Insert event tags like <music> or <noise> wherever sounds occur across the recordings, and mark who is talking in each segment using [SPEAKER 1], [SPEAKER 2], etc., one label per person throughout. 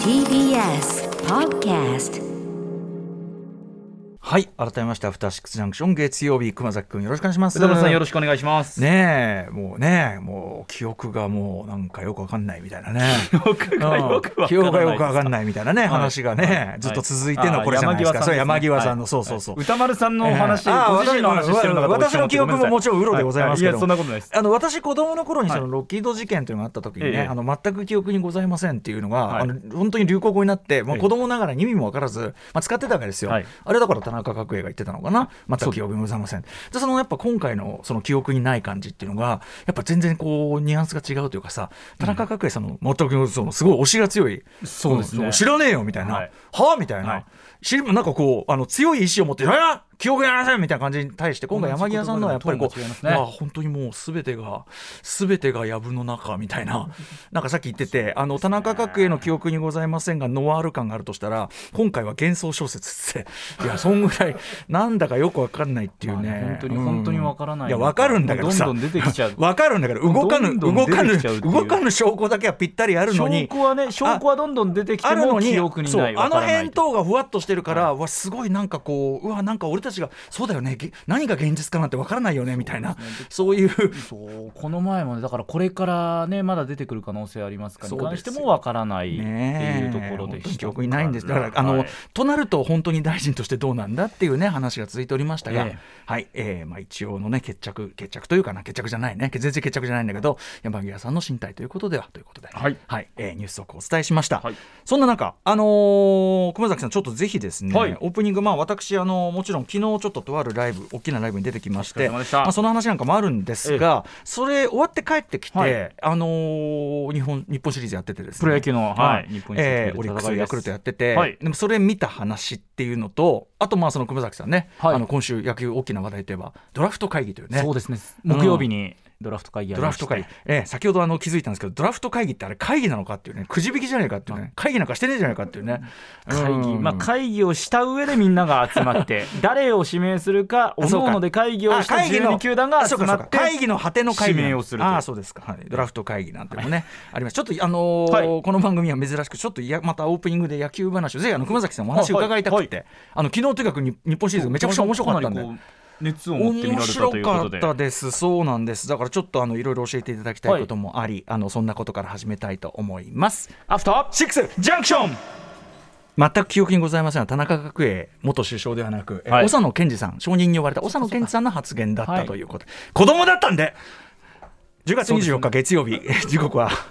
[SPEAKER 1] TBS Podcast
[SPEAKER 2] はい改めましてアフターシックスジャンクション月曜日熊崎君よろしくお願いします
[SPEAKER 3] 歌丸さんよろしくお願いします。
[SPEAKER 2] ねえもうねもう記憶がもうなんかよくわかんないみたいなね
[SPEAKER 3] <laughs> 僕がよく
[SPEAKER 2] うん
[SPEAKER 3] わ
[SPEAKER 2] 記憶がよくわか
[SPEAKER 3] かんない
[SPEAKER 2] んないみたいなね、話がね、
[SPEAKER 3] はい
[SPEAKER 2] ずっと続いてのこれじゃないですか、
[SPEAKER 3] あー
[SPEAKER 2] それ山際さんの、
[SPEAKER 3] ね
[SPEAKER 2] そうそうそう、
[SPEAKER 3] はい歌丸さんのお話、
[SPEAKER 2] ええあー
[SPEAKER 3] ご自身の話してるのかと思って
[SPEAKER 2] 私の記憶ももちろんウロでございますけど
[SPEAKER 3] はやそんなことないです。
[SPEAKER 2] あの私子供の頃にその
[SPEAKER 3] はい
[SPEAKER 2] ロッキード事件というのがあった時にね、
[SPEAKER 3] ええ
[SPEAKER 2] あの全く記憶にございませんっていうのが、
[SPEAKER 3] はい
[SPEAKER 2] あの本当に流行語になって、まあ、
[SPEAKER 3] ええ
[SPEAKER 2] 子供ながらに意味も分からず、まあ、使ってたわけですよ、
[SPEAKER 3] はい
[SPEAKER 2] あれだから田中角栄が言ってたのかな全く記憶にございませんでそのやっぱ今回のその記憶にない感じっていうのがやっぱ全然こうニュアンスが違うというかさ田中角栄さんの全くそのすごい推しが強い
[SPEAKER 3] そうですね
[SPEAKER 2] 知らねえよみたいな、は
[SPEAKER 3] はい
[SPEAKER 2] あみたいな、
[SPEAKER 3] はい
[SPEAKER 2] 知りなんかこうあの強い意志を持って「えー記憶にありません!」みたいな感じに対して今度山際さんのはやっぱりこ
[SPEAKER 3] 同
[SPEAKER 2] う
[SPEAKER 3] じ言葉でもトーンが違います
[SPEAKER 2] ま
[SPEAKER 3] ね
[SPEAKER 2] あ本当にもう全てが全てが藪の中みたい
[SPEAKER 3] <laughs>
[SPEAKER 2] ななんかさっき言っててあの田中角栄の記憶にございませんがノワール感があるとしたら今回は幻想小説っていやそんぐらいなんだかよくわかんないっていうね、
[SPEAKER 3] まあね本当に
[SPEAKER 2] うん
[SPEAKER 3] 本当にわからない
[SPEAKER 2] いやわかるんだけどさ
[SPEAKER 3] どんどん出てきちゃう
[SPEAKER 2] <laughs> わかるんだけど動かぬ
[SPEAKER 3] どんど
[SPEAKER 2] 動
[SPEAKER 3] ん
[SPEAKER 2] か
[SPEAKER 3] 出
[SPEAKER 2] ぬ
[SPEAKER 3] てきちゃうっていう
[SPEAKER 2] 動かぬ証拠だけはぴったりあるのに
[SPEAKER 3] 証拠はね、証拠はどんどん出てきて
[SPEAKER 2] ある
[SPEAKER 3] も
[SPEAKER 2] のに
[SPEAKER 3] 記憶にない。
[SPEAKER 2] そうあ
[SPEAKER 3] わ
[SPEAKER 2] の
[SPEAKER 3] からない
[SPEAKER 2] 返答がふわっとしてるから、うわすごいなんかこううわなんか俺たちがそうだよねげ何が現実かなんてわからないよねみたいなそういう
[SPEAKER 3] そうこの前もねだからこれからねまだ出てくる可能性ありますから
[SPEAKER 2] そう
[SPEAKER 3] に
[SPEAKER 2] ですよ
[SPEAKER 3] 関してもわからないってい
[SPEAKER 2] ね
[SPEAKER 3] うと
[SPEAKER 2] え
[SPEAKER 3] ころで
[SPEAKER 2] 本当
[SPEAKER 3] し
[SPEAKER 2] に記
[SPEAKER 3] た
[SPEAKER 2] 憶にないんですだからあの、
[SPEAKER 3] はい
[SPEAKER 2] となると本当に大臣としてどうなんだっていうね話が続いておりましたが、
[SPEAKER 3] ええ
[SPEAKER 2] はい、えーまあ、一応のね決着決着というかな決着じゃないね全然決着じゃないんだけど山際さんの進退ということではということで、
[SPEAKER 3] はい
[SPEAKER 2] えーニュース速報をお伝えしました、
[SPEAKER 3] はい
[SPEAKER 2] そんな中あのー熊崎さんちょっとぜひですね、
[SPEAKER 3] はい
[SPEAKER 2] オープニングまあ私あのもちろん昨日ちょっととあるライブ大きなライブに出てきまし
[SPEAKER 3] お疲
[SPEAKER 2] て
[SPEAKER 3] れ様でした
[SPEAKER 2] まあ、その話なんかもあるんですが、それ終わって帰ってきて、
[SPEAKER 3] はい
[SPEAKER 2] あのー日本日本シリーズやっててですね
[SPEAKER 3] プロ野球のはい日本一を決める
[SPEAKER 2] えーオリック
[SPEAKER 3] 戦い
[SPEAKER 2] ス、
[SPEAKER 3] です
[SPEAKER 2] ヤクルトやってて、
[SPEAKER 3] はい
[SPEAKER 2] でもそれ見た話っていうのと、あとまあその熊崎さんね、
[SPEAKER 3] はい
[SPEAKER 2] あの今週、野球大きな話題といえば、ドラフト会議というね。
[SPEAKER 3] そうですね
[SPEAKER 2] うん
[SPEAKER 3] 木曜日にドラフト会議や
[SPEAKER 2] ド
[SPEAKER 3] り
[SPEAKER 2] ラ
[SPEAKER 3] ま
[SPEAKER 2] フ
[SPEAKER 3] して
[SPEAKER 2] ト会議、えー先ほどあの気づいたんですけど、ドラフト会議ってあれ、会議なのかっていうね、くじ引きじゃないかっていうね、会議なんかしてねえじゃないかっていうね、
[SPEAKER 3] 会議、
[SPEAKER 2] うん
[SPEAKER 3] まあ、会議をした上でみんなが集まって
[SPEAKER 2] <laughs>
[SPEAKER 3] 誰を指名するかお
[SPEAKER 2] そう
[SPEAKER 3] の
[SPEAKER 2] か
[SPEAKER 3] おので会議を
[SPEAKER 2] あ
[SPEAKER 3] した
[SPEAKER 2] 会議の
[SPEAKER 3] 12球団が集ま
[SPEAKER 2] あそうか
[SPEAKER 3] っ
[SPEAKER 2] そうか
[SPEAKER 3] て
[SPEAKER 2] 会議の果ての会議
[SPEAKER 3] 指名をするという
[SPEAKER 2] ああそうですか、はい、ドラフト会議なんてもね、ありますちょっとあのー
[SPEAKER 3] はい
[SPEAKER 2] この番組は珍しくちょっといやまたオープニングで野球話をぜひあの熊崎さんお話を伺いたくて、
[SPEAKER 3] あはいは
[SPEAKER 2] あの昨日とにかく日日本シリーズめちゃくちゃ面白かったんで
[SPEAKER 3] かなりこう熱を持って
[SPEAKER 2] 面
[SPEAKER 3] みられた
[SPEAKER 2] 白
[SPEAKER 3] というこ
[SPEAKER 2] か
[SPEAKER 3] と
[SPEAKER 2] っ
[SPEAKER 3] で
[SPEAKER 2] たです、そうなんです、だからちょっとあのいろいろ教えていただきたいこともあり、あのそんなことから始めたいと思います。
[SPEAKER 3] アフターシックスジャンクション
[SPEAKER 2] 全く記憶にございませんが田中角栄元首相ではなく、え
[SPEAKER 3] はい
[SPEAKER 2] 長野健二さん、証人に呼ばれた長野健二さんの発言だったということ、子供だったんで、10月24日月曜
[SPEAKER 3] <laughs>
[SPEAKER 2] 日、時刻は <laughs>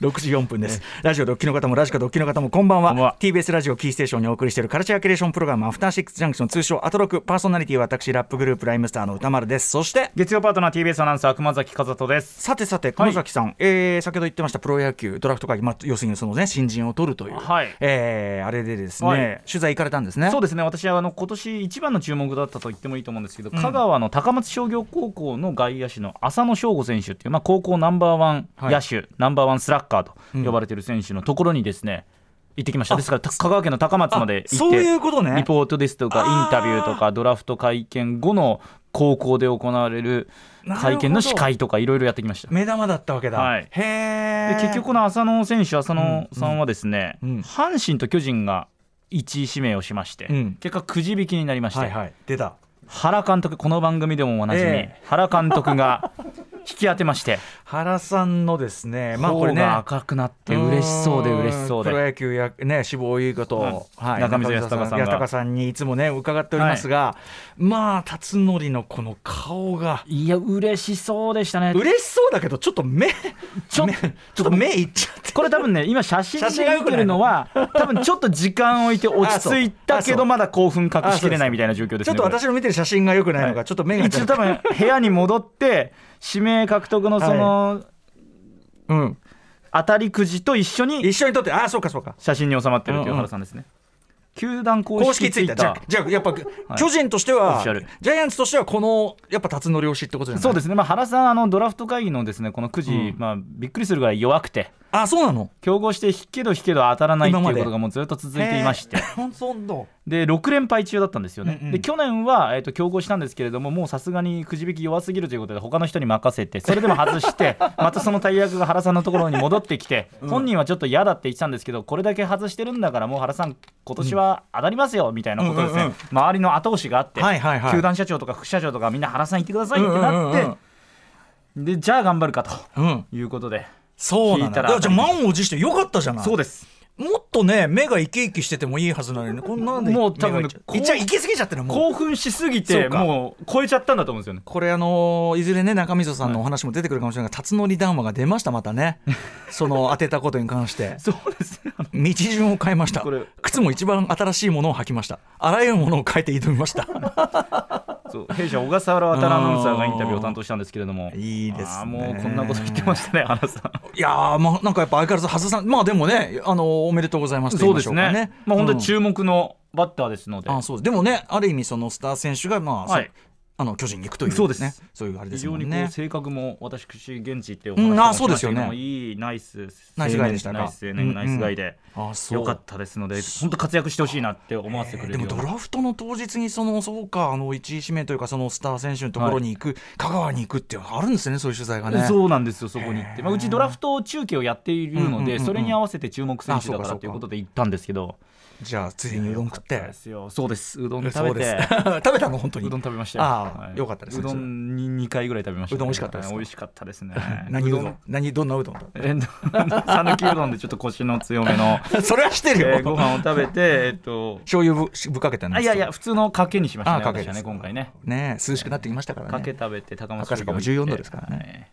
[SPEAKER 2] 6時4分です。ラジオドッキの方もラジカドッキの方もこんばんは。
[SPEAKER 3] こんばんは
[SPEAKER 2] TBS ラジオキーステーションにお送りしているカルチャーキュレーションプログラム、アフターシックスジャンクション、通称アトロク、パーソナリティは私、ラップグループ、ライムスターの歌丸です。そして、
[SPEAKER 3] 月曜パートナー TBS アナウンサー熊崎和人です
[SPEAKER 2] さてさて、熊崎さん、えー先ほど言ってましたプロ野球、ドラフト会議、まあ、要するにその、ね、新人を取るという、
[SPEAKER 3] はい
[SPEAKER 2] えーあれでですね、
[SPEAKER 3] はい
[SPEAKER 2] 取材行かれたんですね。
[SPEAKER 3] そうですね私はあの今年一番の注目だったと言ってもいいと思うんですけど、香川の高松商業高校の外野手の浅野翔吾選手っていう、まあ、高校ナンバーワン野手、ナンバーワンスラッガーと呼ばれてる選手のところにですね、行ってきましたですからた香川県の高松まで行って
[SPEAKER 2] そういうことね
[SPEAKER 3] リポートですとかインタビューとかドラフト会見後の高校で行われる会見の司会とかいろいろやってきました。
[SPEAKER 2] 目玉だったわけだ。
[SPEAKER 3] はい
[SPEAKER 2] へえ
[SPEAKER 3] で。結局この浅野選手浅野さんはですね、
[SPEAKER 2] うんうん
[SPEAKER 3] 阪神と巨人が1位指名をしまして、
[SPEAKER 2] うん
[SPEAKER 3] 結果くじ引きになりまして、
[SPEAKER 2] はいはい、出た。
[SPEAKER 3] 原監督この番組でもおなじみ、
[SPEAKER 2] え
[SPEAKER 3] 原監
[SPEAKER 2] <laughs>
[SPEAKER 3] 督が引き当てまして
[SPEAKER 2] 原さんのですね、まあこれ
[SPEAKER 3] 頬
[SPEAKER 2] ね、
[SPEAKER 3] が赤くなって嬉しそうで嬉しそう
[SPEAKER 2] プロ
[SPEAKER 3] で。
[SPEAKER 2] 野球やね志望いうことを、
[SPEAKER 3] うん中溝康隆さんが
[SPEAKER 2] 中溝隆さんにいつもね伺っておりますが、まあ辰徳のこの顔が
[SPEAKER 3] いや嬉しそうでしたね。
[SPEAKER 2] 嬉しそうだけどちょっと目
[SPEAKER 3] ちょ
[SPEAKER 2] 目ちょっと目いっちゃって。
[SPEAKER 3] これ多分ね今写真で見てるのは多分ちょっと時間置いて落ち着
[SPEAKER 2] あ
[SPEAKER 3] いた
[SPEAKER 2] そう
[SPEAKER 3] け
[SPEAKER 2] あそう
[SPEAKER 3] どまだ興奮隠しきれないみたいな状況です
[SPEAKER 2] ちょ
[SPEAKER 3] ね。
[SPEAKER 2] っと
[SPEAKER 3] これ
[SPEAKER 2] 私の見てる写真が良くないのか、
[SPEAKER 3] はい
[SPEAKER 2] ちょっと目がいっち
[SPEAKER 3] 一
[SPEAKER 2] ゃっ
[SPEAKER 3] 応
[SPEAKER 2] て
[SPEAKER 3] 多分部屋に戻って指名獲得のその
[SPEAKER 2] うん、
[SPEAKER 3] 当たりくじと一緒に
[SPEAKER 2] 一緒に撮ってああそうかそうか
[SPEAKER 3] 写真に収まってると
[SPEAKER 2] うんう
[SPEAKER 3] い
[SPEAKER 2] ん
[SPEAKER 3] う原さんですね。球団公
[SPEAKER 2] 公式ツ
[SPEAKER 3] 式ツ
[SPEAKER 2] イ
[SPEAKER 3] イ
[SPEAKER 2] ッタ
[SPEAKER 3] ッ
[SPEAKER 2] ーじゃ
[SPEAKER 3] タ
[SPEAKER 2] あ
[SPEAKER 3] ー。
[SPEAKER 2] じゃあやっぱ、
[SPEAKER 3] い
[SPEAKER 2] 巨人として
[SPEAKER 3] オフ
[SPEAKER 2] は
[SPEAKER 3] ィシャル
[SPEAKER 2] ジャイアンツとしてはこのやっぱ辰徳推しってことじゃない
[SPEAKER 3] そうですすね、まあ、原さん、あのドラフト会議のですねこのくじ、
[SPEAKER 2] うん
[SPEAKER 3] まあ、びっくりするぐらい弱くて、
[SPEAKER 2] あそうなの
[SPEAKER 3] 競合して引けど引けど当たらないって
[SPEAKER 2] 今ま
[SPEAKER 3] いう
[SPEAKER 2] で
[SPEAKER 3] ことがもうずっと続いていまして
[SPEAKER 2] へ、ー本当
[SPEAKER 3] で6連敗中だったんですよね、
[SPEAKER 2] うんうん
[SPEAKER 3] で去年は、えー、と競合したんですけれどももうさすがにくじ引き弱すぎるということで他の人に任せてそれでも外して
[SPEAKER 2] <laughs>
[SPEAKER 3] またその大役が原さんのところに戻ってきて、本人はちょっと嫌だって言ってたんですけどこれだけ外してるんだからもう原さん今年は当たりますよみたいなことですね、
[SPEAKER 2] うんうんうん
[SPEAKER 3] 周りの後押しがあって、
[SPEAKER 2] はいはいはい
[SPEAKER 3] 球団社長とか副社長とかみんな原さん行ってくださいって
[SPEAKER 2] うん
[SPEAKER 3] なっ
[SPEAKER 2] うん
[SPEAKER 3] て、
[SPEAKER 2] うん
[SPEAKER 3] でじゃあ頑張るかと
[SPEAKER 2] うん、
[SPEAKER 3] いうことで、
[SPEAKER 2] そうな
[SPEAKER 3] 聞
[SPEAKER 2] ん
[SPEAKER 3] いた
[SPEAKER 2] だ
[SPEAKER 3] ら
[SPEAKER 2] だからじゃあ満を持してよかったじゃない
[SPEAKER 3] そうです
[SPEAKER 2] もっとね目が生き生きしててもいいはずなのにねこんなんで
[SPEAKER 3] もう多
[SPEAKER 2] 目
[SPEAKER 3] 分
[SPEAKER 2] が生きちゃういっちゃ行き過ぎちゃってるもう
[SPEAKER 3] 興奮しすぎ
[SPEAKER 2] そ
[SPEAKER 3] て
[SPEAKER 2] うか
[SPEAKER 3] もう超えちゃったんだと思うんですよね
[SPEAKER 2] これあのーいずれね中溝さんのお話も出てくるかもしれないが、辰徳談話が出ましたまたねその当てたことに関して
[SPEAKER 3] そうですね
[SPEAKER 2] 道順を変えました
[SPEAKER 3] これ
[SPEAKER 2] 靴も一番新しいものを履きましたあらゆるものを変えて挑みました
[SPEAKER 3] <laughs> そう弊社小笠原渡アナウンサーがインタビューを担当したんですけれども
[SPEAKER 2] いいですね
[SPEAKER 3] あーもうこんなこと言ってましたね原さ
[SPEAKER 2] <laughs>
[SPEAKER 3] ん
[SPEAKER 2] いやー、まあ、なんかやっぱ相変わらず外さんまあでもねあのーおめでとうございますと言いましょうかね
[SPEAKER 3] まあ本当
[SPEAKER 2] うん
[SPEAKER 3] に注目のバッターですので、
[SPEAKER 2] あそうですでもねある意味そのスター選手がまあ、そう
[SPEAKER 3] はい
[SPEAKER 2] あの巨人に行くという、ね、
[SPEAKER 3] そうです
[SPEAKER 2] そういうあれで
[SPEAKER 3] 非
[SPEAKER 2] すもん
[SPEAKER 3] 常にこ
[SPEAKER 2] ね
[SPEAKER 3] う性格も私現地行ってお
[SPEAKER 2] うんあー
[SPEAKER 3] 話
[SPEAKER 2] そ
[SPEAKER 3] しし
[SPEAKER 2] う
[SPEAKER 3] ま
[SPEAKER 2] で
[SPEAKER 3] し
[SPEAKER 2] す
[SPEAKER 3] た
[SPEAKER 2] よ
[SPEAKER 3] け
[SPEAKER 2] ね
[SPEAKER 3] どもいいナイス
[SPEAKER 2] ナイスガイでしたか
[SPEAKER 3] ナイス青年ナイスガイで
[SPEAKER 2] うんうんあそう
[SPEAKER 3] よかったですので本当活躍してほしいなって思わせてくれ
[SPEAKER 2] で
[SPEAKER 3] る
[SPEAKER 2] も
[SPEAKER 3] よう
[SPEAKER 2] ド
[SPEAKER 3] な
[SPEAKER 2] ラフトの当日にそのそうかあの1位指名というかそのスター選手のところに行く、香川に行くっていうのがあるんですねそういう取材がね。
[SPEAKER 3] そうなんですよそこに行って、まあ、うちドラフト中継をやっている
[SPEAKER 2] うんう
[SPEAKER 3] の
[SPEAKER 2] んうんう
[SPEAKER 3] で
[SPEAKER 2] ん
[SPEAKER 3] それに合わせて注目選手だ
[SPEAKER 2] あ
[SPEAKER 3] か
[SPEAKER 2] そう
[SPEAKER 3] ら
[SPEAKER 2] か
[SPEAKER 3] ということで行ったんですけど
[SPEAKER 2] じゃあついにうどん食って。
[SPEAKER 3] そうですうどん
[SPEAKER 2] そう
[SPEAKER 3] 食べ
[SPEAKER 2] です
[SPEAKER 3] て
[SPEAKER 2] <laughs> 食べたの本当に
[SPEAKER 3] うどん食べましたよ
[SPEAKER 2] ああ
[SPEAKER 3] は
[SPEAKER 2] よかったですね
[SPEAKER 3] うどんに2回ぐらい食べましたね
[SPEAKER 2] うどん美味しかったですか
[SPEAKER 3] 美味しかったですね
[SPEAKER 2] <laughs> 何うど
[SPEAKER 3] うんどん
[SPEAKER 2] 何どんなうどんだ
[SPEAKER 3] えっと <laughs> 讃岐うどんでちょっと腰の強
[SPEAKER 2] <laughs>
[SPEAKER 3] めの、
[SPEAKER 2] それはしてるよ、
[SPEAKER 3] えーご飯を食べてえっと
[SPEAKER 2] 醤油ぶぶかけたの
[SPEAKER 3] あいやいや普通のかけにしましたね
[SPEAKER 2] あかけ
[SPEAKER 3] 私はね
[SPEAKER 2] です
[SPEAKER 3] 今回ね
[SPEAKER 2] ねえ涼しくなってきましたからね
[SPEAKER 3] かけ食べて高松
[SPEAKER 2] 赤坂も14度ですから
[SPEAKER 3] ね、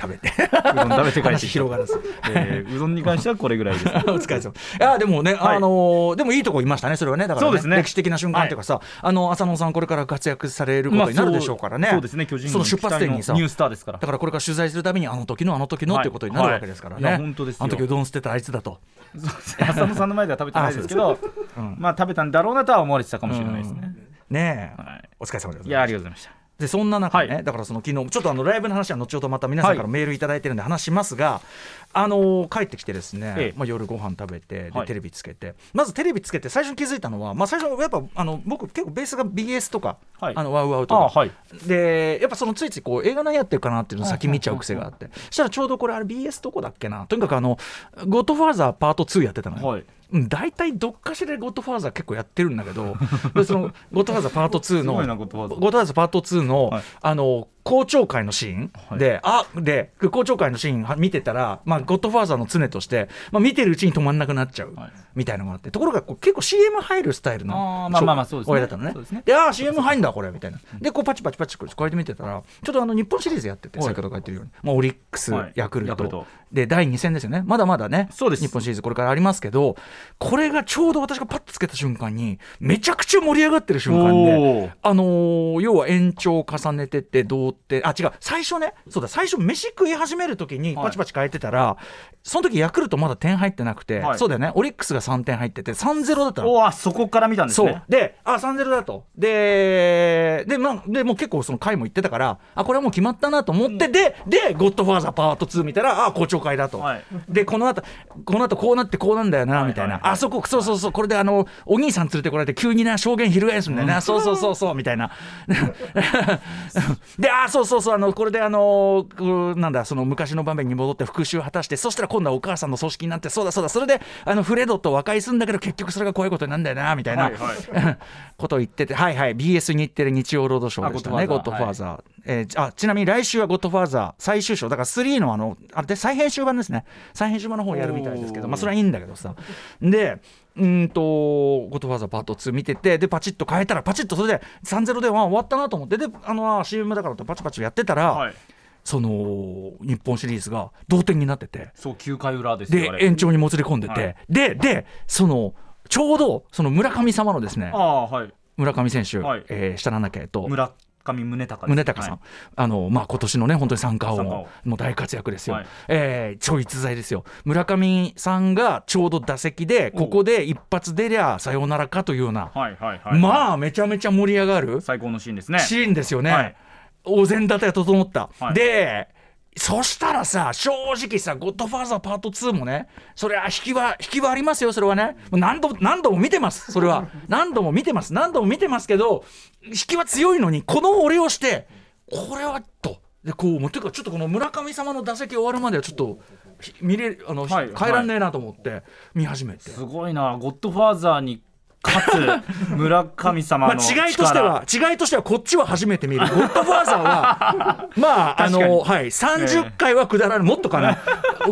[SPEAKER 2] 食べて <laughs>
[SPEAKER 3] はいうどん食べて帰って
[SPEAKER 2] 話
[SPEAKER 3] きた
[SPEAKER 2] 広がらず
[SPEAKER 3] えーうどんに関してはこれ
[SPEAKER 2] <laughs>
[SPEAKER 3] ぐらいです
[SPEAKER 2] お疲れ様いやでもね、
[SPEAKER 3] はい
[SPEAKER 2] あのーでもいいとこいましたねそれはねだから、
[SPEAKER 3] そうですね
[SPEAKER 2] 歴史的な瞬間というかさ、あの浅野さんこれから活躍されることになるでしょうからね、
[SPEAKER 3] まあそうそうですね巨人軍
[SPEAKER 2] その出発点に
[SPEAKER 3] 期待
[SPEAKER 2] さ
[SPEAKER 3] のニュースターですから
[SPEAKER 2] だからこれから取材するためにあの時のあの時のっていうことになるわけですからね、
[SPEAKER 3] はいはいいや本当ですよ
[SPEAKER 2] あの時うどん捨てたあいつだと
[SPEAKER 3] そうですね浅野さんの前では食べてないですけどまあ食べたんだろうなとは思われてたかもしれないですね、
[SPEAKER 2] ねえ、
[SPEAKER 3] はい
[SPEAKER 2] お疲れ様でございます
[SPEAKER 3] いやありがとうございました
[SPEAKER 2] でそんな中ね、
[SPEAKER 3] は
[SPEAKER 2] だからその昨日ちょっとあのライブの話は後ほどまた皆さんからメールいただいてるんで話しますが、あのー帰ってきてですね、
[SPEAKER 3] ええ
[SPEAKER 2] まあ、夜ご飯食べてで、
[SPEAKER 3] はい
[SPEAKER 2] テレビつけてまずテレビつけて最初に気づいたのは、まあ、最初やっぱあの僕結構ベースが BS とか、
[SPEAKER 3] はい
[SPEAKER 2] あのワウワウと
[SPEAKER 3] あ
[SPEAKER 2] か、
[SPEAKER 3] はい
[SPEAKER 2] でやっぱそのついついこう映画何やってるかなっていうのを先見ちゃう癖があってそしたらちょうどこれあれ BS どこだっけなとにかくあの「ゴッドファーザーパート2」やってたのよ、
[SPEAKER 3] はい
[SPEAKER 2] うん大体どっかしらゴッドファーザー結構やってるんだけ
[SPEAKER 3] <laughs>
[SPEAKER 2] どでその「ゴッドファーザーパート2」の
[SPEAKER 3] すごいなゴッドファーザー
[SPEAKER 2] ゴッドファーザーパート2の」
[SPEAKER 3] はい
[SPEAKER 2] あの校長会のシーンで、あで校長会のシーンは見てたら、まあ、ゴッドファーザーの常として、まあ、見てるうちに止まんなくなっちゃう
[SPEAKER 3] はい
[SPEAKER 2] みたいなのがあってところがこう結構 CM 入るスタイルの
[SPEAKER 3] あーまあまあまあそうですね
[SPEAKER 2] 親だったのね
[SPEAKER 3] そうですね
[SPEAKER 2] で、ああ、CM 入んだ、これ、みたいな。で、こう、パチパチパチ、こうやって見てたら、ちょっとあの、日本シリーズやってて、
[SPEAKER 3] はい
[SPEAKER 2] 先ほど書いてるように、まあ、オリックス
[SPEAKER 3] はい、
[SPEAKER 2] ヤクル
[SPEAKER 3] ヤクル
[SPEAKER 2] ト
[SPEAKER 3] ト、
[SPEAKER 2] で、第2戦ですよね。まだまだね、
[SPEAKER 3] そうです
[SPEAKER 2] 日本シリーズ、これからありますけど、これがちょうど私がパッとつけた瞬間に、めちゃくちゃ盛り上がってる瞬間
[SPEAKER 3] お
[SPEAKER 2] で
[SPEAKER 3] ー、
[SPEAKER 2] あのー要は延長を重ねてって、どうって、あ、違う、最初ね、そうだ、最初、飯食い始めるときに、
[SPEAKER 3] はい
[SPEAKER 2] パチパチ変えてたら、その時ヤクルトまだ点入ってなくて、
[SPEAKER 3] はい
[SPEAKER 2] そうだよね、オリックスが3点入ってて、3-0だったの。
[SPEAKER 3] おーあそこから見たんです
[SPEAKER 2] そ
[SPEAKER 3] ね
[SPEAKER 2] うで、あ3ゼ0だと、で、で、まあ、でもう結構、その回も言ってたから、あこれはもう決まったなと思って、で、で、ゴッドファーザーパート2見たら、あ校長会だと、
[SPEAKER 3] はい
[SPEAKER 2] で、この後この後こうなってこうなんだよな、みたいな、
[SPEAKER 3] はいはいはい
[SPEAKER 2] あそこ、そうそうそう、これであのお兄さん連れてこられて、急にな、証言翻すんだよな、そうそうそうそう、みたいな、 <laughs> で、あそうそうそう、あのこれであのこうなんだ、その昔の場面に戻って復讐を果たして、そしたら今度はお母さんの組織になって、そうだそうだ、それであのフレドと和解するんだけど、結局それが怖いことになるんだよな、みたいな。
[SPEAKER 3] はいはい
[SPEAKER 2] <laughs> ことを言ってて、はいはい、BS 日テレ日曜ロードショーでしたね、
[SPEAKER 3] あ
[SPEAKER 2] ゴ
[SPEAKER 3] ゴ
[SPEAKER 2] ッ
[SPEAKER 3] ッ
[SPEAKER 2] ド
[SPEAKER 3] ド
[SPEAKER 2] フ
[SPEAKER 3] フ
[SPEAKER 2] ァー
[SPEAKER 3] ァー
[SPEAKER 2] ザー。えーじゃあちなみに来週はゴッドファーザー最終章、だから3のあの、あれで再編集版ですね、再編集版の方やるみたいですけど、
[SPEAKER 3] おー
[SPEAKER 2] まあそれはいいんだけどさ。でうーんとゴッドファーザーパート2見ててでパチッと変えたらパチッとそれで3-0でワン終わったなと思ってであのあー CM だからとパチパチやってたら、
[SPEAKER 3] はい
[SPEAKER 2] その日本シリーズが同点になってて
[SPEAKER 3] そう9回裏です
[SPEAKER 2] で
[SPEAKER 3] よあれ
[SPEAKER 2] 延長にもつれ込んでて、
[SPEAKER 3] はい
[SPEAKER 2] ででそのちょうどその村上様のですね
[SPEAKER 3] ああはい
[SPEAKER 2] 村上選手、
[SPEAKER 3] はい
[SPEAKER 2] えー下なんだっけと
[SPEAKER 3] 村上宗隆です
[SPEAKER 2] 宗隆さん、
[SPEAKER 3] はい
[SPEAKER 2] あのまあ今年のね本当に三冠
[SPEAKER 3] 三
[SPEAKER 2] 王
[SPEAKER 3] 冠
[SPEAKER 2] の大活躍ですよ、
[SPEAKER 3] はい
[SPEAKER 2] えー超逸材ですよ村上さんがちょうど打席でここで一発出りゃさようならかというような、
[SPEAKER 3] はいはいはい
[SPEAKER 2] ま
[SPEAKER 3] あ
[SPEAKER 2] あめちゃめちゃ盛り上がる
[SPEAKER 3] 最高のシーンですね
[SPEAKER 2] シーンですよね、
[SPEAKER 3] はい
[SPEAKER 2] お膳立てが整った、
[SPEAKER 3] はい
[SPEAKER 2] でそしたらさ、正直さ、ゴッドファーザーパート2もね、それは引きは、引きはありますよ、それはね。もう何度、何度も見てます、それ
[SPEAKER 3] <laughs>
[SPEAKER 2] は。何度も見てます、何度も見てますけど、引きは強いのに、この俺をして、これは、と。で、こう、もう、ていうか、ちょっとこの村上様の打席終わるまでは、ちょっと、ひ見れ、あの、
[SPEAKER 3] はい
[SPEAKER 2] 帰らんねえなと思って、見始めて。
[SPEAKER 3] すごいなゴッドファーザーに勝
[SPEAKER 2] <laughs>
[SPEAKER 3] つ村神様
[SPEAKER 2] まあ、
[SPEAKER 3] の力、
[SPEAKER 2] 違いとしては違いとしてはこっちは初めて見る「ゴッドファーザー
[SPEAKER 3] <laughs>
[SPEAKER 2] は」まああ
[SPEAKER 3] 確か
[SPEAKER 2] の、
[SPEAKER 3] に
[SPEAKER 2] はい、30回はくだらないもっとかな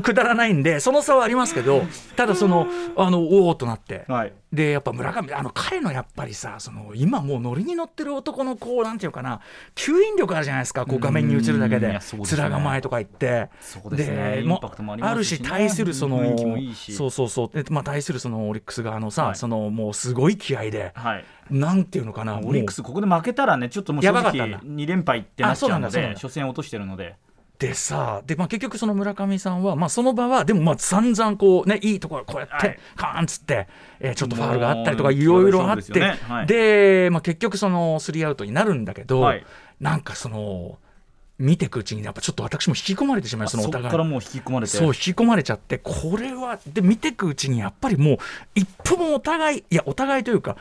[SPEAKER 2] くだらないんでその差はありますけどただそのあのおおとなって。
[SPEAKER 3] はい
[SPEAKER 2] でやっぱ村上あの彼のやっぱりさその今もうノリに乗ってる男のこうなんていうかな吸引力あるじゃないですかこう画面に映るだけ
[SPEAKER 3] うんい
[SPEAKER 2] で
[SPEAKER 3] やそうですね
[SPEAKER 2] 面構えとか言って
[SPEAKER 3] そうですねイン
[SPEAKER 2] も
[SPEAKER 3] パクトもあり
[SPEAKER 2] あ
[SPEAKER 3] ま
[SPEAKER 2] る
[SPEAKER 3] すしね
[SPEAKER 2] し対するその
[SPEAKER 3] 雰囲気もいいし
[SPEAKER 2] そうそうそうでまあ対するそのオリックス側のさ、
[SPEAKER 3] はい
[SPEAKER 2] そのもうすごい気合で
[SPEAKER 3] はい
[SPEAKER 2] なんていうのかな
[SPEAKER 3] オリックスここで負けたらねちょっともう正
[SPEAKER 2] やばかったん
[SPEAKER 3] 直
[SPEAKER 2] だ
[SPEAKER 3] 2連敗ってなっちゃうの
[SPEAKER 2] あそうなん
[SPEAKER 3] で
[SPEAKER 2] だそうなんだ
[SPEAKER 3] 初戦落としてるので
[SPEAKER 2] でさで、まあ、結局その村上さんは、まあ、その場はでもまあ散々こう、ね、いいところこうやって、
[SPEAKER 3] はい
[SPEAKER 2] カーンっつって、えーちょっとファウルがあったりとか
[SPEAKER 3] もう
[SPEAKER 2] いろいろあって
[SPEAKER 3] そう
[SPEAKER 2] で,、
[SPEAKER 3] ですよねはい
[SPEAKER 2] まあ、結局そのスリーアウトになるんだけど、
[SPEAKER 3] はい
[SPEAKER 2] なんかその見てくうちにやっぱちょっと私も引き込まれてしまい
[SPEAKER 3] そ
[SPEAKER 2] そのお
[SPEAKER 3] こ
[SPEAKER 2] 互い
[SPEAKER 3] からもう引き込まれて
[SPEAKER 2] そう引き込まれちゃってこれはで見てくうちにやっぱりもう一歩もお互いいやお互いというか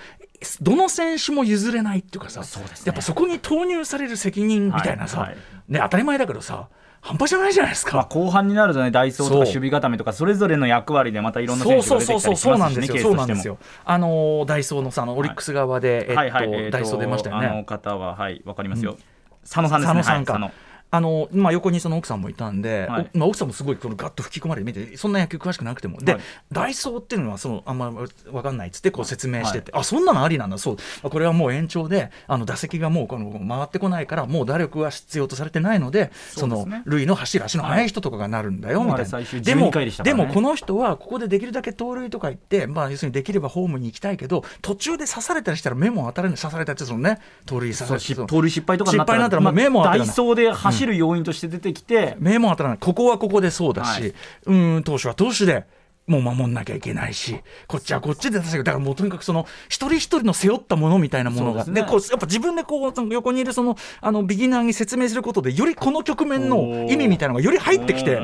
[SPEAKER 2] どの選手も譲れないっていうかさ
[SPEAKER 3] そうですね
[SPEAKER 2] やっぱそこに投入される責任みたいなさ、
[SPEAKER 3] はいはい
[SPEAKER 2] ね、当たり前だけどさ半端じゃないじゃないですか。
[SPEAKER 3] まあ、後半になるとねダイソーとか
[SPEAKER 2] そう
[SPEAKER 3] 守備固めとかそれぞれの役割でまたいろんな
[SPEAKER 2] そう
[SPEAKER 3] 選手
[SPEAKER 2] そうそうそうそう
[SPEAKER 3] が出てきたりし
[SPEAKER 2] な
[SPEAKER 3] ま
[SPEAKER 2] ん
[SPEAKER 3] す
[SPEAKER 2] で
[SPEAKER 3] しね
[SPEAKER 2] すよ
[SPEAKER 3] ケース
[SPEAKER 2] そう
[SPEAKER 3] と
[SPEAKER 2] な
[SPEAKER 3] し
[SPEAKER 2] ん
[SPEAKER 3] て
[SPEAKER 2] ですよ
[SPEAKER 3] も。
[SPEAKER 2] あのーダイソーのさあのオリックス側で、えっと
[SPEAKER 3] はいはいえーと
[SPEAKER 2] ダイソー出ましたよね。
[SPEAKER 3] あの方ははいわかりますよ、佐野さんで
[SPEAKER 2] 佐
[SPEAKER 3] すね
[SPEAKER 2] 野さん
[SPEAKER 3] は
[SPEAKER 2] か
[SPEAKER 3] い、
[SPEAKER 2] あのまあ、横にその奥さんもいたんで、
[SPEAKER 3] はい
[SPEAKER 2] おまあ、奥さんもすごいこのガッと吹き込まれて見てそんな野球詳しくなくてもで、
[SPEAKER 3] はい
[SPEAKER 2] ダイソーっていうのはそのあんま分かんないっつってこう説明してて、あそんなのありなんだそうあこれはもう延長であの打席がもうこの回ってこないからもう打力は必要とされてないのでそ
[SPEAKER 3] そうですね
[SPEAKER 2] の塁の走る足の速い人とかがなるんだよ、
[SPEAKER 3] はい
[SPEAKER 2] みたい
[SPEAKER 3] もうあ
[SPEAKER 2] な
[SPEAKER 3] れ最終
[SPEAKER 2] でも
[SPEAKER 3] 12回でしたか
[SPEAKER 2] で
[SPEAKER 3] らね
[SPEAKER 2] もこの人はここでできるだけ盗塁とか言って、まあ、要するにできればホームに行きたいけど途中で刺されたりしたら目も当たらない刺されたってそのね盗塁刺さ
[SPEAKER 3] そう
[SPEAKER 2] れ
[SPEAKER 3] 失
[SPEAKER 2] た
[SPEAKER 3] 盗塁失敗とかになった
[SPEAKER 2] 失敗
[SPEAKER 3] ら
[SPEAKER 2] になったらもう目も当
[SPEAKER 3] ダ
[SPEAKER 2] て
[SPEAKER 3] イ
[SPEAKER 2] がない
[SPEAKER 3] ソーで走る要因として出てきて、
[SPEAKER 2] 名も当たらない、ここはここでそうだし、
[SPEAKER 3] はいう
[SPEAKER 2] ーん、投手は投手で。もう守んなきゃいけないし、こっちはこっちで出せるだからもうとにかくその一人一人の背負ったものみたいなものが、
[SPEAKER 3] そ
[SPEAKER 2] で,、
[SPEAKER 3] うですね
[SPEAKER 2] こうやっぱ自分でこうその横にいるそのあのビギナーに説明することで、よりこの局面の意味みたいなのがより入ってきて、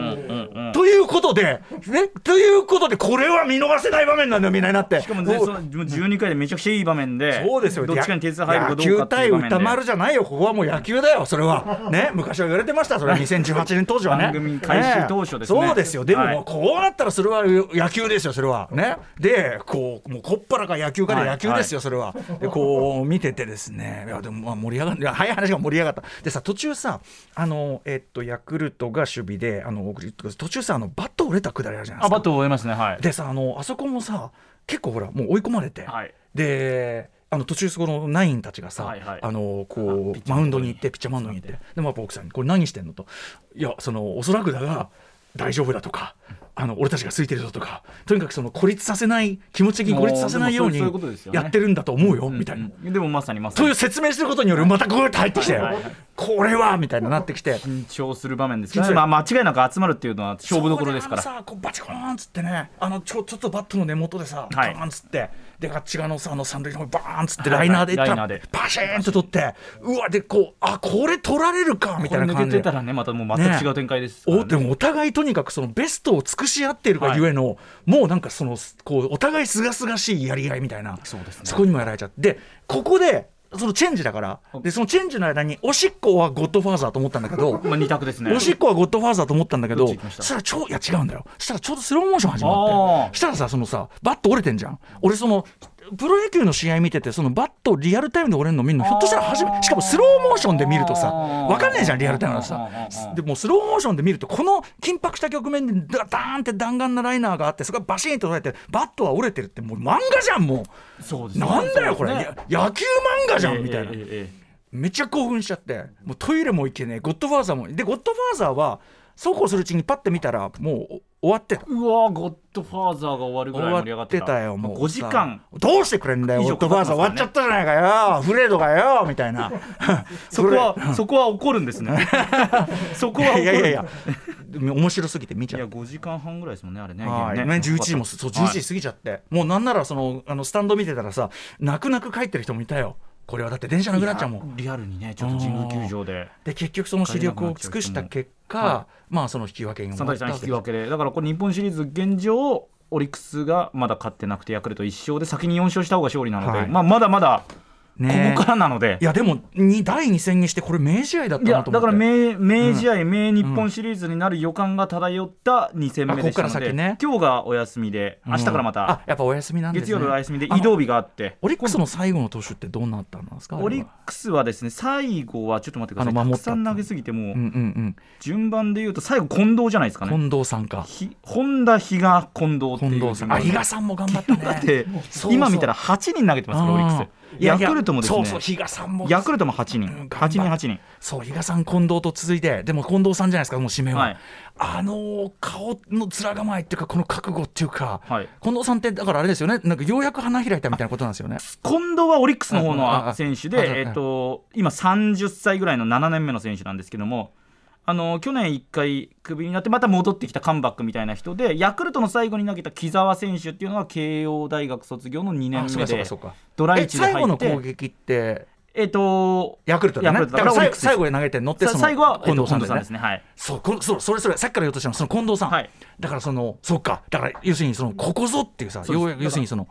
[SPEAKER 2] ということで、ね、ということで、これは見逃せない場面なんだよ、みんなになって。
[SPEAKER 3] しかもねその12回でめちゃくちゃいい場面で、
[SPEAKER 2] そうですよ
[SPEAKER 3] どっちかに点数入るかどうかっていう
[SPEAKER 2] 野
[SPEAKER 3] 場
[SPEAKER 2] 球対
[SPEAKER 3] 面
[SPEAKER 2] 歌丸
[SPEAKER 3] で。
[SPEAKER 2] じゃないよ、ここはもう野球だよ、それは。ね、昔は言われてました、それは2018年当時はね。
[SPEAKER 3] 番組開始当初ですね
[SPEAKER 2] ええそうですよ、でも
[SPEAKER 3] はい
[SPEAKER 2] もうこうなったらそれは野球ですよ、それは。ね、で、こう、もうこっぱらか野球か
[SPEAKER 3] はい
[SPEAKER 2] ら野球ですよ、それは。で、こう見ててですね、いや、でもまあ盛り上がる、いや早い話が盛り上がった。でさ、途中さ、あの、えっと、ヤクルトが守備で、あの、途中さ、あのバット折れたくだりあるじゃないで
[SPEAKER 3] あ
[SPEAKER 2] すか
[SPEAKER 3] バッ。トを終えますね、はい。
[SPEAKER 2] でさあのあそこもさ結構ほらもう追い込まれて、
[SPEAKER 3] はい
[SPEAKER 2] であの途中そこのナインたちがさ、
[SPEAKER 3] はいはい
[SPEAKER 2] あの
[SPEAKER 3] あ
[SPEAKER 2] こ
[SPEAKER 3] ピッチ
[SPEAKER 2] う
[SPEAKER 3] ャーのところに
[SPEAKER 2] マウンドに行ってピッチャーマウンドに行ってでもやっぱ奥さんに「これ何してんの?」と「いやそのおそらくだが大丈夫だ」とか。あの俺たちがついてるぞとかとにかくその孤立させない気持ち的に孤立させないように
[SPEAKER 3] もうそうそういうことですよね
[SPEAKER 2] やってるんだと思うよみたいな
[SPEAKER 3] うんでもまさにまさ
[SPEAKER 2] そうい
[SPEAKER 3] に
[SPEAKER 2] う説明することによるまたこうやって入ってきて
[SPEAKER 3] はいはい
[SPEAKER 2] これはみたいななってきて
[SPEAKER 3] 緊張する場面ですけ
[SPEAKER 2] 緊張す
[SPEAKER 3] ど、
[SPEAKER 2] る
[SPEAKER 3] まあ、間違いなく集まるっていうのは勝負どころですから
[SPEAKER 2] そこであのさこうバチコーンっつってねあのちょちょっとバットの根元でさ、
[SPEAKER 3] はい
[SPEAKER 2] バーンっつってでガッチガのさあの三塁の方にバーンっつって
[SPEAKER 3] は
[SPEAKER 2] ラ
[SPEAKER 3] い
[SPEAKER 2] イナーでいったら、
[SPEAKER 3] ライナーで
[SPEAKER 2] バシーンって取ってうわでこうあこれ取られるかみ
[SPEAKER 3] こ
[SPEAKER 2] たい
[SPEAKER 3] れ
[SPEAKER 2] な
[SPEAKER 3] 抜け
[SPEAKER 2] 感じ
[SPEAKER 3] て
[SPEAKER 2] で
[SPEAKER 3] た。らねまたもう全く違う展開ですからね
[SPEAKER 2] おでもお互いとにかくそのベストを尽くし合っているがゆえの、もうなんかそのこうお互いすがすがしいやり合いみたいな
[SPEAKER 3] そうですね
[SPEAKER 2] こにもやられちゃってでここでそのチェンジだからでそのチェンジの間におしっこはゴッドファーザーと思ったんだけど
[SPEAKER 3] まあ、二択ですね
[SPEAKER 2] おしっこはゴッドファーザーと思ったんだけど、
[SPEAKER 3] どっち行き
[SPEAKER 2] そ
[SPEAKER 3] ました
[SPEAKER 2] したらちょいや違うんだよ。そしたらちょうどスローモーション始まっ
[SPEAKER 3] あ
[SPEAKER 2] て
[SPEAKER 3] ー、
[SPEAKER 2] したらさそのさバット折れてんじゃん。俺そのプロ野球の試合見ててそのバットリアルタイムで折れるの見るのひょっとしたら初めしかもスローモーションで見るとさ
[SPEAKER 3] あー
[SPEAKER 2] わかんないじゃんリアルタイムだと
[SPEAKER 3] あ
[SPEAKER 2] さ
[SPEAKER 3] ーあーあー。
[SPEAKER 2] でもうスローモーションで見るとこの緊迫した局面でダダーンって弾丸なライナーがあってそこがバシーンと取られてバットは折れてるってもう漫画じゃんも
[SPEAKER 3] そうで
[SPEAKER 2] う。
[SPEAKER 3] すね
[SPEAKER 2] なんだよこれ、
[SPEAKER 3] そうですね
[SPEAKER 2] や野球漫画じゃんみたいな。
[SPEAKER 3] ええええええ
[SPEAKER 2] めっちゃ興奮しちゃってもうトイレも行けねえゴッドファーザーもでゴッドファーザーはそうこうするうちにパッて見たらもうお終わってた
[SPEAKER 3] うわーゴッドファーザーが終わるぐらい盛り
[SPEAKER 2] 終
[SPEAKER 3] 上
[SPEAKER 2] わ
[SPEAKER 3] が
[SPEAKER 2] っ
[SPEAKER 3] って
[SPEAKER 2] て
[SPEAKER 3] た
[SPEAKER 2] たよもう
[SPEAKER 3] 5時間
[SPEAKER 2] さどうしてくれんだよ
[SPEAKER 3] 以
[SPEAKER 2] ゴ
[SPEAKER 3] 上
[SPEAKER 2] ッドファーザー終わっちゃったじゃないかよフレードがよみたいな
[SPEAKER 3] <laughs> そこはそこは怒るんです
[SPEAKER 2] <laughs>
[SPEAKER 3] ねそこは怒る
[SPEAKER 2] いやいやいや面白すぎて見ちゃ
[SPEAKER 3] い
[SPEAKER 2] っ
[SPEAKER 3] や
[SPEAKER 2] た
[SPEAKER 3] 5時間半ぐらいですもんねあれね
[SPEAKER 2] はい、
[SPEAKER 3] ゲーム
[SPEAKER 2] ね、
[SPEAKER 3] ね
[SPEAKER 2] 11時もそう11時過ぎちゃって、もうなんならそのあのスタンド見てたらさ泣く泣く帰ってる人もいたよこれはだって電車なくなっちゃうもん
[SPEAKER 3] リアルにねちょっと神宮球場で
[SPEAKER 2] で結局その視力を尽くした結果、
[SPEAKER 3] は
[SPEAKER 2] まあその引き分けに終
[SPEAKER 3] 三
[SPEAKER 2] わ
[SPEAKER 3] 対
[SPEAKER 2] った
[SPEAKER 3] 三
[SPEAKER 2] わ
[SPEAKER 3] 引
[SPEAKER 2] け
[SPEAKER 3] き
[SPEAKER 2] です
[SPEAKER 3] 分けでだからこれ日本シリーズ現状オリックスがまだ勝ってなくてヤクルト1勝で先に4勝した方が勝利なので、
[SPEAKER 2] はい
[SPEAKER 3] まあ、まだまだこ
[SPEAKER 2] ね
[SPEAKER 3] こからなので
[SPEAKER 2] いやでもに第2戦にしてこれ名試合だった
[SPEAKER 3] いや
[SPEAKER 2] なと思
[SPEAKER 3] だ
[SPEAKER 2] って
[SPEAKER 3] から名名試合、明日
[SPEAKER 2] う
[SPEAKER 3] 本シリーズになる予感が漂った2戦目でした
[SPEAKER 2] あここか
[SPEAKER 3] の
[SPEAKER 2] ら
[SPEAKER 3] で、
[SPEAKER 2] 先ね
[SPEAKER 3] 今日がお休みで
[SPEAKER 2] うん
[SPEAKER 3] 明日からま
[SPEAKER 2] あ
[SPEAKER 3] た
[SPEAKER 2] やっぱお休みなんです、ね、
[SPEAKER 3] 月曜日が休みで
[SPEAKER 2] あの
[SPEAKER 3] 移動日があって
[SPEAKER 2] オリックスの最後の投手ってどうなったんですかあれは
[SPEAKER 3] オリックスはですね最後はちょっと待ってください
[SPEAKER 2] あの
[SPEAKER 3] た
[SPEAKER 2] 守
[SPEAKER 3] く
[SPEAKER 2] った
[SPEAKER 3] さん投げすぎても
[SPEAKER 2] うん
[SPEAKER 3] う
[SPEAKER 2] うん
[SPEAKER 3] 順番で言うと最後近藤じゃないですか
[SPEAKER 2] うん
[SPEAKER 3] ね
[SPEAKER 2] 近藤さんか
[SPEAKER 3] ひ本田比嘉近藤っていう
[SPEAKER 2] 近藤さん
[SPEAKER 3] 順
[SPEAKER 2] あ
[SPEAKER 3] 番
[SPEAKER 2] 比嘉さんも頑張ったね
[SPEAKER 3] だって
[SPEAKER 2] そうそう
[SPEAKER 3] 今見たら8人投げてますからオリック
[SPEAKER 2] うん
[SPEAKER 3] スヤクルトもですね
[SPEAKER 2] そうそう比嘉さんも
[SPEAKER 3] ヤクルトも8人
[SPEAKER 2] うん頑張っ
[SPEAKER 3] 8人8
[SPEAKER 2] そう比嘉さん近藤と続いてでも近藤さんじゃないですかもう指名は、
[SPEAKER 3] はい
[SPEAKER 2] あのー顔の面構えっていうかこの覚悟っていうか、
[SPEAKER 3] はい
[SPEAKER 2] 近藤さんってだからあれですよねなんかようやく花開いたみたいなことなんですよね
[SPEAKER 3] 人近藤はオリックスの方
[SPEAKER 2] ああ
[SPEAKER 3] の選手
[SPEAKER 2] ああ
[SPEAKER 3] で、えっと、今30歳ぐらいの7年目の選手なんですけどもあの去年1回クビになってまた戻ってきたカムバックみたいな人でヤクルトの最後に投げた木澤選手っていうのは慶応大学卒業の2年
[SPEAKER 2] あそう
[SPEAKER 3] 目
[SPEAKER 2] かそう
[SPEAKER 3] で
[SPEAKER 2] かそうか
[SPEAKER 3] ドラ
[SPEAKER 2] え
[SPEAKER 3] 1で
[SPEAKER 2] 最後
[SPEAKER 3] 入
[SPEAKER 2] の
[SPEAKER 3] っ
[SPEAKER 2] 攻撃
[SPEAKER 3] て
[SPEAKER 2] って
[SPEAKER 3] えっと
[SPEAKER 2] ヤクルトだね
[SPEAKER 3] ヤクルトだか
[SPEAKER 2] だから
[SPEAKER 3] らオリ
[SPEAKER 2] 最
[SPEAKER 3] ックスです
[SPEAKER 2] 最後に投げて乗って
[SPEAKER 3] さ
[SPEAKER 2] その
[SPEAKER 3] 最後はえっ
[SPEAKER 2] 近
[SPEAKER 3] と
[SPEAKER 2] 藤さ
[SPEAKER 3] 近
[SPEAKER 2] んだ
[SPEAKER 3] 藤
[SPEAKER 2] よ
[SPEAKER 3] さん
[SPEAKER 2] ね
[SPEAKER 3] ですねはい
[SPEAKER 2] そうこのそうそれそれさっきから言おうとしたのその近藤さん、
[SPEAKER 3] はい
[SPEAKER 2] だからそのそうかだから要するにそのここぞっていうさ
[SPEAKER 3] そうです
[SPEAKER 2] ようやく要するにその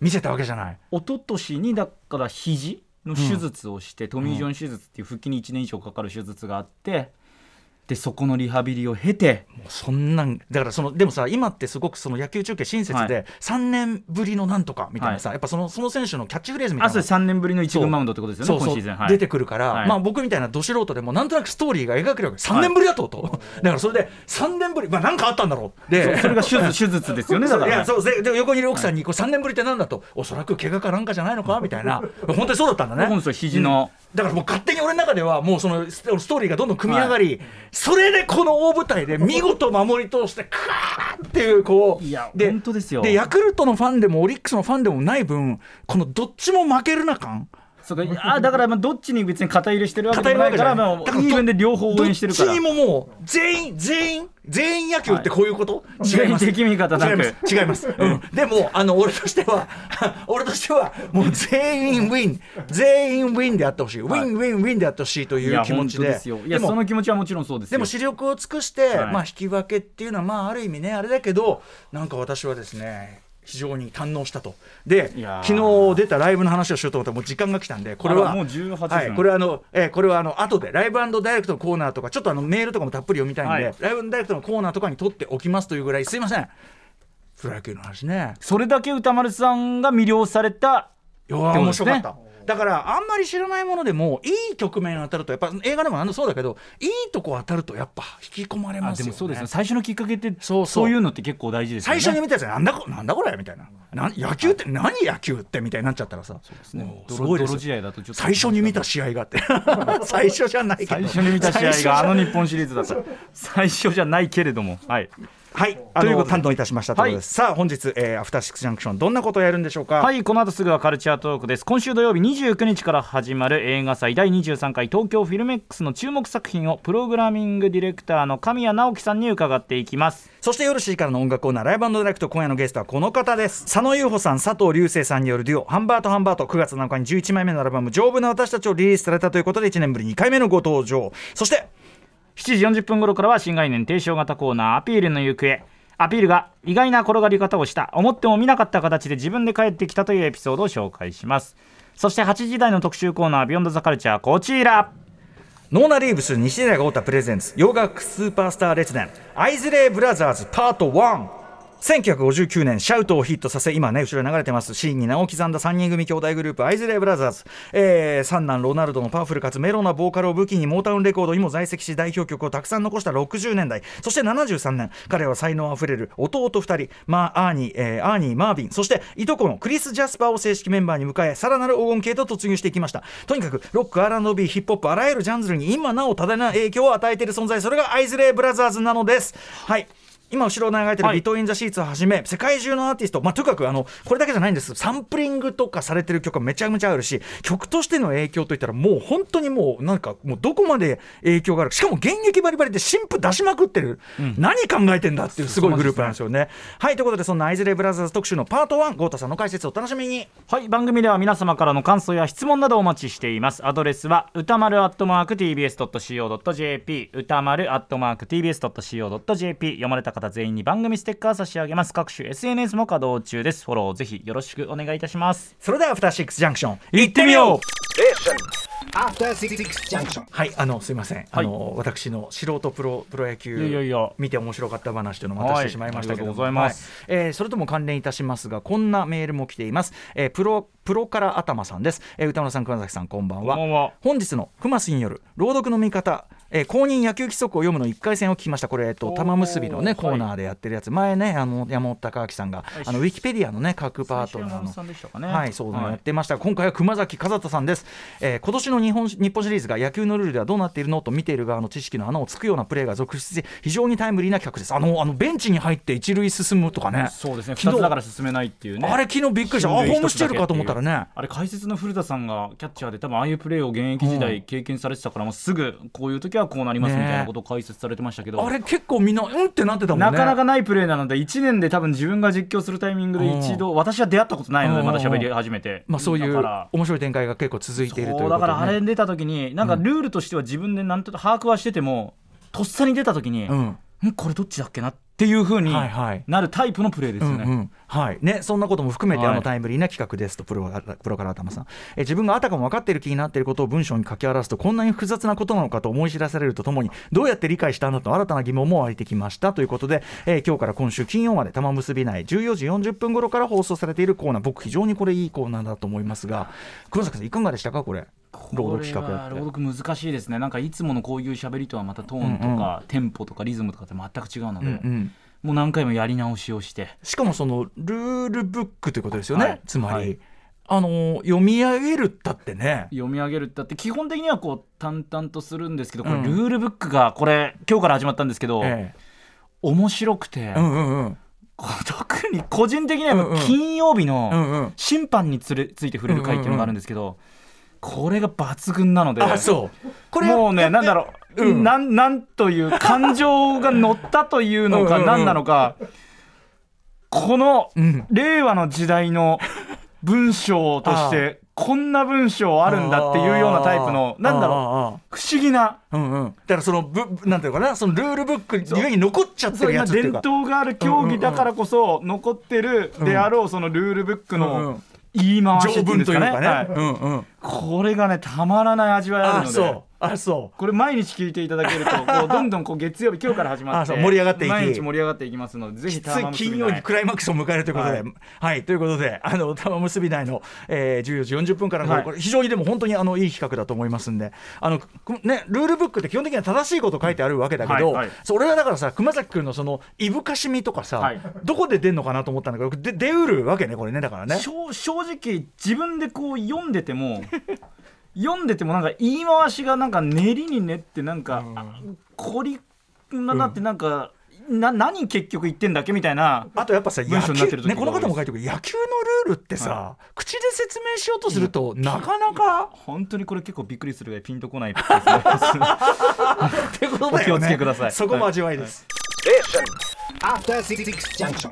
[SPEAKER 2] 見せたわけじゃない
[SPEAKER 3] 一昨年にだから肘の手術をして、トミー・ジョン手術っていう復帰に1年以上かかる手術があってでそこのリハビリを経て
[SPEAKER 2] もうそんなんだからそのでもさ今ってすごくその野球中継親切
[SPEAKER 3] は
[SPEAKER 2] で3年ぶりのなんとかみたいなさ、やっぱそのその選手のキャッチフレーズみたい
[SPEAKER 3] あ
[SPEAKER 2] な
[SPEAKER 3] そ
[SPEAKER 2] の
[SPEAKER 3] れ3年ぶりの1軍マウンドってことですよ
[SPEAKER 2] そう
[SPEAKER 3] ね
[SPEAKER 2] そう
[SPEAKER 3] 今シーズン、はい、
[SPEAKER 2] 出てくるから、
[SPEAKER 3] はい
[SPEAKER 2] まあ、僕みたいなど素人でもなんとなくストーリーが描けるわけ3年ぶりだと、とだからそれで3年ぶり、まあ、なんかあったんだろう
[SPEAKER 3] そう
[SPEAKER 2] で
[SPEAKER 3] それが手術手術ですよねだか
[SPEAKER 2] い
[SPEAKER 3] ら
[SPEAKER 2] やそうでで横にいる奥さんにこう3年ぶりってなんだと、おそらく怪我かなんかじゃないの
[SPEAKER 3] <laughs>
[SPEAKER 2] かみたいな本当にそうだったんだね
[SPEAKER 3] 本当に肘の
[SPEAKER 2] うんだからもう勝手に俺の中ではもうそのスストーリーがどんどん組み上がり、それでこの大舞台で見事守り通してクワーっていうこう
[SPEAKER 3] いや
[SPEAKER 2] で
[SPEAKER 3] 本当ですよ
[SPEAKER 2] でヤクルトのファンでもオリックスのファンでもない分このどっちも負けるな感
[SPEAKER 3] そうかあだからまあどっちに別に肩入れしてるわけじ
[SPEAKER 2] 偏るわ
[SPEAKER 3] ゃない
[SPEAKER 2] け
[SPEAKER 3] か
[SPEAKER 2] じゃ
[SPEAKER 3] ら
[SPEAKER 2] ない
[SPEAKER 3] まあ、イーブンで両方応援してるから
[SPEAKER 2] どっちにももう全員全員全員野球ってこういうこと、
[SPEAKER 3] 全員敵味方なく
[SPEAKER 2] 違います違います、うん、でもあの俺としては <laughs> 俺としてはもう全員ウィン全員ウィンであってほしい、
[SPEAKER 3] い
[SPEAKER 2] ウィンウィンウィンであってほしいという気持ち
[SPEAKER 3] いや本当
[SPEAKER 2] で
[SPEAKER 3] ですよい
[SPEAKER 2] で
[SPEAKER 3] や
[SPEAKER 2] も
[SPEAKER 3] その気持ちはもちろんそうですよ
[SPEAKER 2] でも視力を尽くして、
[SPEAKER 3] はい
[SPEAKER 2] まあ、引き分けっていうのは、まあ、ある意味ね、あれだけど、なんか私はですね、非常に堪能したと。で
[SPEAKER 3] いや、ー
[SPEAKER 2] 昨日出たライブの話をしようと思ったら、もう時間が来たんで、これ
[SPEAKER 3] あら
[SPEAKER 2] は、
[SPEAKER 3] もう18分
[SPEAKER 2] はい、これはあの、えーこれはあの後で、ライブダイレクトのコーナーとか、ちょっとあのメールとかもたっぷり読みたいんで、
[SPEAKER 3] はい
[SPEAKER 2] ライブダイレクトのコーナーとかに取っておきますというぐらい、すいません、プロ野球の話ね。
[SPEAKER 3] それだけ歌丸さんが魅了された
[SPEAKER 2] いや
[SPEAKER 3] っ
[SPEAKER 2] ー
[SPEAKER 3] てこと
[SPEAKER 2] 面
[SPEAKER 3] です
[SPEAKER 2] 白
[SPEAKER 3] ね
[SPEAKER 2] かった。だからあんまり知らないものでもいい局面当たるとやっぱ映画でも何でもそうだけどいいとこ当たるとやっぱ引き込まれ
[SPEAKER 3] あ
[SPEAKER 2] ます
[SPEAKER 3] で
[SPEAKER 2] よね。
[SPEAKER 3] もそうですね最初のきっかけって
[SPEAKER 2] そうそう
[SPEAKER 3] いうのって結構大事です
[SPEAKER 2] 最
[SPEAKER 3] よね
[SPEAKER 2] 初に見たやつなんだこなんだこれみたいななん野球って何野球ってみたいになっちゃったらさそうです
[SPEAKER 3] ね泥泥試合だとちょっと
[SPEAKER 2] 最初に見た試合があ
[SPEAKER 3] <laughs>
[SPEAKER 2] って最初じゃないけど
[SPEAKER 3] 最初に見た試
[SPEAKER 2] 最
[SPEAKER 3] 合
[SPEAKER 2] 初じ
[SPEAKER 3] が
[SPEAKER 2] ゃ
[SPEAKER 3] あの日本シリーズだった最初じゃないけれどもはい
[SPEAKER 2] はい
[SPEAKER 3] あの
[SPEAKER 2] ということ担当いたしましたということです、さあ本日、えーアフターシックスジャンクションどんなことをやるんでしょうか
[SPEAKER 3] はいこの後すぐはカルチャートークです今週土曜日29日から始まる映画祭第23回東京フィルメックスの注目作品をプログラミングディレクターの神谷直樹さんに伺っていきます
[SPEAKER 2] そして夜7時からの音楽コーナーライブディレクト今夜のゲストはこの方です佐野優穂さん佐藤隆生さんによるデュオハンバートハンバート9月7日に11枚目のアルバム「丈夫な私たち」をリリースされたということで1年ぶり2回目のご登場そして
[SPEAKER 3] 7時40分頃からは新概念提唱型コーナーアピールの行方アピールが意外な転がり方をした思っても見なかった形で自分で帰ってきたというエピソードを紹介しますそして8時台の特集コーナービヨンドザカルチャーこちら
[SPEAKER 2] ノーナリーブス西寺豪太プレゼンツ洋楽スーパースター列伝アイズレイブラザーズパート1 1959年シャウトをヒットさせ今ね後ろに流れてますシーンに名を刻んだ3人組兄弟グループアイズレイブラザーズ、えー三男ロナルドのパワフルかつメロなボーカルを武器にモータウンレコードにも在籍し代表曲をたくさん残した60年代そして73年彼は才能あふれる弟2人、まあ、アーニー、えーアーニーマービンそしていとこのクリス・ジャスパーを正式メンバーに迎えさらなる黄金系と突入していきましたとにかくロック R&B ヒップホップあらゆるジャンルに今なお多大な影響を与えている存在それがアイズレイブラザーズなのですはい今後ろを流れてる
[SPEAKER 3] はい
[SPEAKER 2] ビトインザシーツをはじめ、世界中のアーティスト、まあ、とにかくあのこれだけじゃないんですサンプリングとかされてる曲はめちゃめちゃあるし曲としての影響といったらもう本当にもうなんかもうどこまで影響があるしかも現役バリバリで新譜出しまくってる、何考えてんだっていうすごいグループなんですよね。はいということでそんなアイズレイブラザーズ特集のパート1豪太さんの解説をお楽しみに。
[SPEAKER 3] はい番組では皆様からの感想や質問などお待ちしていますアドレスは歌丸アットマーク TBS.CO.JP 歌丸アットマーク TBS.CO.JP 読まれた方全員に番組ステッカー差し上げます各種 SNS も稼働中ですフォローぜひよろしくお願いいたします
[SPEAKER 2] それではアフターシックスジャンクション行ってみよう
[SPEAKER 4] After Six Junction.
[SPEAKER 2] はい、あのすいません、あの私の素人プロプロ野球
[SPEAKER 3] いやいやいや
[SPEAKER 2] 見て面白かった話というのをまたしてしまいましたけれども、
[SPEAKER 3] はいありがとうございます
[SPEAKER 2] はいえーそれとも関連いたしますが、こんなメールも来ています。えープロプロから頭さんです、えー歌村さん、熊崎さん、こんばんは。
[SPEAKER 3] こんばんは
[SPEAKER 2] 本日の熊杉による朗読の見方、えー公認野球規則を読むの1回戦を聞きました。これ、えっと、
[SPEAKER 3] おー
[SPEAKER 2] 玉結びの
[SPEAKER 3] は
[SPEAKER 2] ね、
[SPEAKER 3] い
[SPEAKER 2] コーナーでやってるやつ、前ね、あの山本孝明さんが、あのウィキペディアのね、各パートナーの。
[SPEAKER 3] でしたかね
[SPEAKER 2] はい、そうなのやってました。今回は熊崎和人さんです。えー今年の日本日本シリーズが野球のルールではどうなっているのと見ている側の知識の穴をつくようなプレーが続出し、非常にタイムリーな企画です。あのあのベンチに入って一塁進むとかね。
[SPEAKER 3] そうですね
[SPEAKER 2] 昨
[SPEAKER 3] 2
[SPEAKER 2] 日
[SPEAKER 3] つだから進めないっていうね
[SPEAKER 2] あれ昨日びっくりした。あ、ホームしてるかと思ったらね。
[SPEAKER 3] あれ解説の古田さんがキャッチャーで多分ああいうプレーを現役時代経験されてたから、もうすぐこういう時はこうなりますみたいなことを解説されてましたけど、
[SPEAKER 2] あれ結構みんなうんってなってたもんね。
[SPEAKER 3] なかなかないプレーなので1年で多分自分が実況するタイミングで一度、私は出会ったことないの
[SPEAKER 2] う
[SPEAKER 3] で
[SPEAKER 2] ん
[SPEAKER 3] まだ喋り始めて、
[SPEAKER 2] まあそうい
[SPEAKER 3] だ
[SPEAKER 2] う
[SPEAKER 3] から
[SPEAKER 2] 面白い展開が結構続いているという
[SPEAKER 3] そ
[SPEAKER 2] こと
[SPEAKER 3] うだ
[SPEAKER 2] で、ね。
[SPEAKER 3] からあれに出た時になんかルールとしては自分でなんと把握はしてても、とっさに出た時に、、
[SPEAKER 2] うんん。
[SPEAKER 3] これどっちだっけなっていうふうに
[SPEAKER 2] はいはい
[SPEAKER 3] なるタイプのプレーですよね。
[SPEAKER 2] うんうんはいね、そんなことも含めて、
[SPEAKER 3] はい
[SPEAKER 2] あのタイムリーな企画ですとプロプロから頭さんえ自分があたかも分かっている気になっていることを文章に書き表すとこんなに複雑なことなのかと思い知らされるとともにどうやって理解したんだと新たな疑問も湧いてきましたということで、えー今日から今週金曜まで玉結び内14時40分頃から放送されているコーナー僕非常にこれいいコーナーだと思いますが黒崎さんいかがでしたかこれ朗読企画や
[SPEAKER 3] こ
[SPEAKER 2] っ
[SPEAKER 3] れは
[SPEAKER 2] て
[SPEAKER 3] 朗。読難しいですねなんかいつものこういう喋りとはまたトーンとか、テンポとかリズムとかって全く違うので、
[SPEAKER 2] うんうん
[SPEAKER 3] もう何回もやり直しをして
[SPEAKER 2] しかもそのルールブックということですよね、
[SPEAKER 3] はい
[SPEAKER 2] つまり、
[SPEAKER 3] はい
[SPEAKER 2] あの読み上げるったってね
[SPEAKER 3] 読み上げるってだって基本的にはこう淡々とするんですけどこ
[SPEAKER 2] う
[SPEAKER 3] れ
[SPEAKER 2] ん
[SPEAKER 3] ルールブックがこれ今日から始まったんですけど、
[SPEAKER 2] え
[SPEAKER 3] 面白くて、
[SPEAKER 2] えうんうんうん
[SPEAKER 3] こう特に個人的にはやっ
[SPEAKER 2] うんうん
[SPEAKER 3] ぱ金曜日の、
[SPEAKER 2] うんうん
[SPEAKER 3] 審判につれついて触れる回っていうのがあるんですけど、これが抜群なので
[SPEAKER 2] あそうこれ
[SPEAKER 3] もうねなんだろう、
[SPEAKER 2] うん
[SPEAKER 3] なんなんという感情が乗ったというの
[SPEAKER 2] うんうんう
[SPEAKER 3] か
[SPEAKER 2] ん
[SPEAKER 3] 何なのか、この
[SPEAKER 2] うん
[SPEAKER 3] 令和の時代の文章とし
[SPEAKER 2] あ
[SPEAKER 3] てこんな文章あるんだっていうようなタイプのなんだろ
[SPEAKER 2] ろ
[SPEAKER 3] う不思議な
[SPEAKER 2] ううんうんだからそのぶなんていうのかなそのルールブックゆえに残っちゃって
[SPEAKER 3] そう
[SPEAKER 2] る
[SPEAKER 3] 今
[SPEAKER 2] やつっていう
[SPEAKER 3] 伝
[SPEAKER 2] か
[SPEAKER 3] 統がある競技だからこそ残ってるであろうそのルールブック
[SPEAKER 2] うんう
[SPEAKER 3] の
[SPEAKER 2] ん
[SPEAKER 3] 言い回しって
[SPEAKER 2] 条
[SPEAKER 3] いうん
[SPEAKER 2] 文
[SPEAKER 3] で
[SPEAKER 2] と
[SPEAKER 3] す
[SPEAKER 2] いう
[SPEAKER 3] かね
[SPEAKER 2] かね、
[SPEAKER 3] はい
[SPEAKER 2] うんうん
[SPEAKER 3] これがねたまらない味わいある
[SPEAKER 2] あ
[SPEAKER 3] ので
[SPEAKER 2] そうあそ
[SPEAKER 3] これ毎日聞いていただ
[SPEAKER 2] <laughs>
[SPEAKER 3] けるとこうどんどんこう月曜日今日から始ま
[SPEAKER 2] あ
[SPEAKER 3] っ
[SPEAKER 2] そ
[SPEAKER 3] て
[SPEAKER 2] う盛り上がっていき
[SPEAKER 3] 毎日盛り上がっていきますのでぜ
[SPEAKER 2] うき
[SPEAKER 3] ひ
[SPEAKER 2] つい金曜に
[SPEAKER 3] く
[SPEAKER 2] クライマックスを迎えるということで、は
[SPEAKER 3] はいい、
[SPEAKER 2] ということで、 <laughs> あの玉結び内の、えー、14時40分からの、
[SPEAKER 3] はい
[SPEAKER 2] これ非常にでも本当にあのいい企画だと思いますんで、あのくねルールブックって基本的には正しいこと書いてあるわけだけど、
[SPEAKER 3] うんはいはい
[SPEAKER 2] それはだからさ熊崎君のそのいぶかしみとかさ、
[SPEAKER 3] はい
[SPEAKER 2] どこで出んのかなと思ったんだけど、で出うるわけねこれねだからね。
[SPEAKER 3] 正正直自分でこう読んでても <laughs> 読んでてもなんか言い回しがなんか練りに練ってなんか、あこりなだってなんか、な何結局言ってんだっけみたいな
[SPEAKER 2] あとやっぱさ
[SPEAKER 3] 文
[SPEAKER 2] 野
[SPEAKER 3] 章になって
[SPEAKER 2] 球、
[SPEAKER 3] る時
[SPEAKER 2] ね、この方も書いてるけど野球のルールってさ、
[SPEAKER 3] は
[SPEAKER 2] 口で説明しようとすると、なかなか
[SPEAKER 3] 本当にこれ結構びっくりするぐらいピンとこないですね
[SPEAKER 2] ってこと
[SPEAKER 3] <laughs>
[SPEAKER 2] <laughs>
[SPEAKER 3] お気をつけください
[SPEAKER 2] そこも味わいです。
[SPEAKER 4] After Six Junction.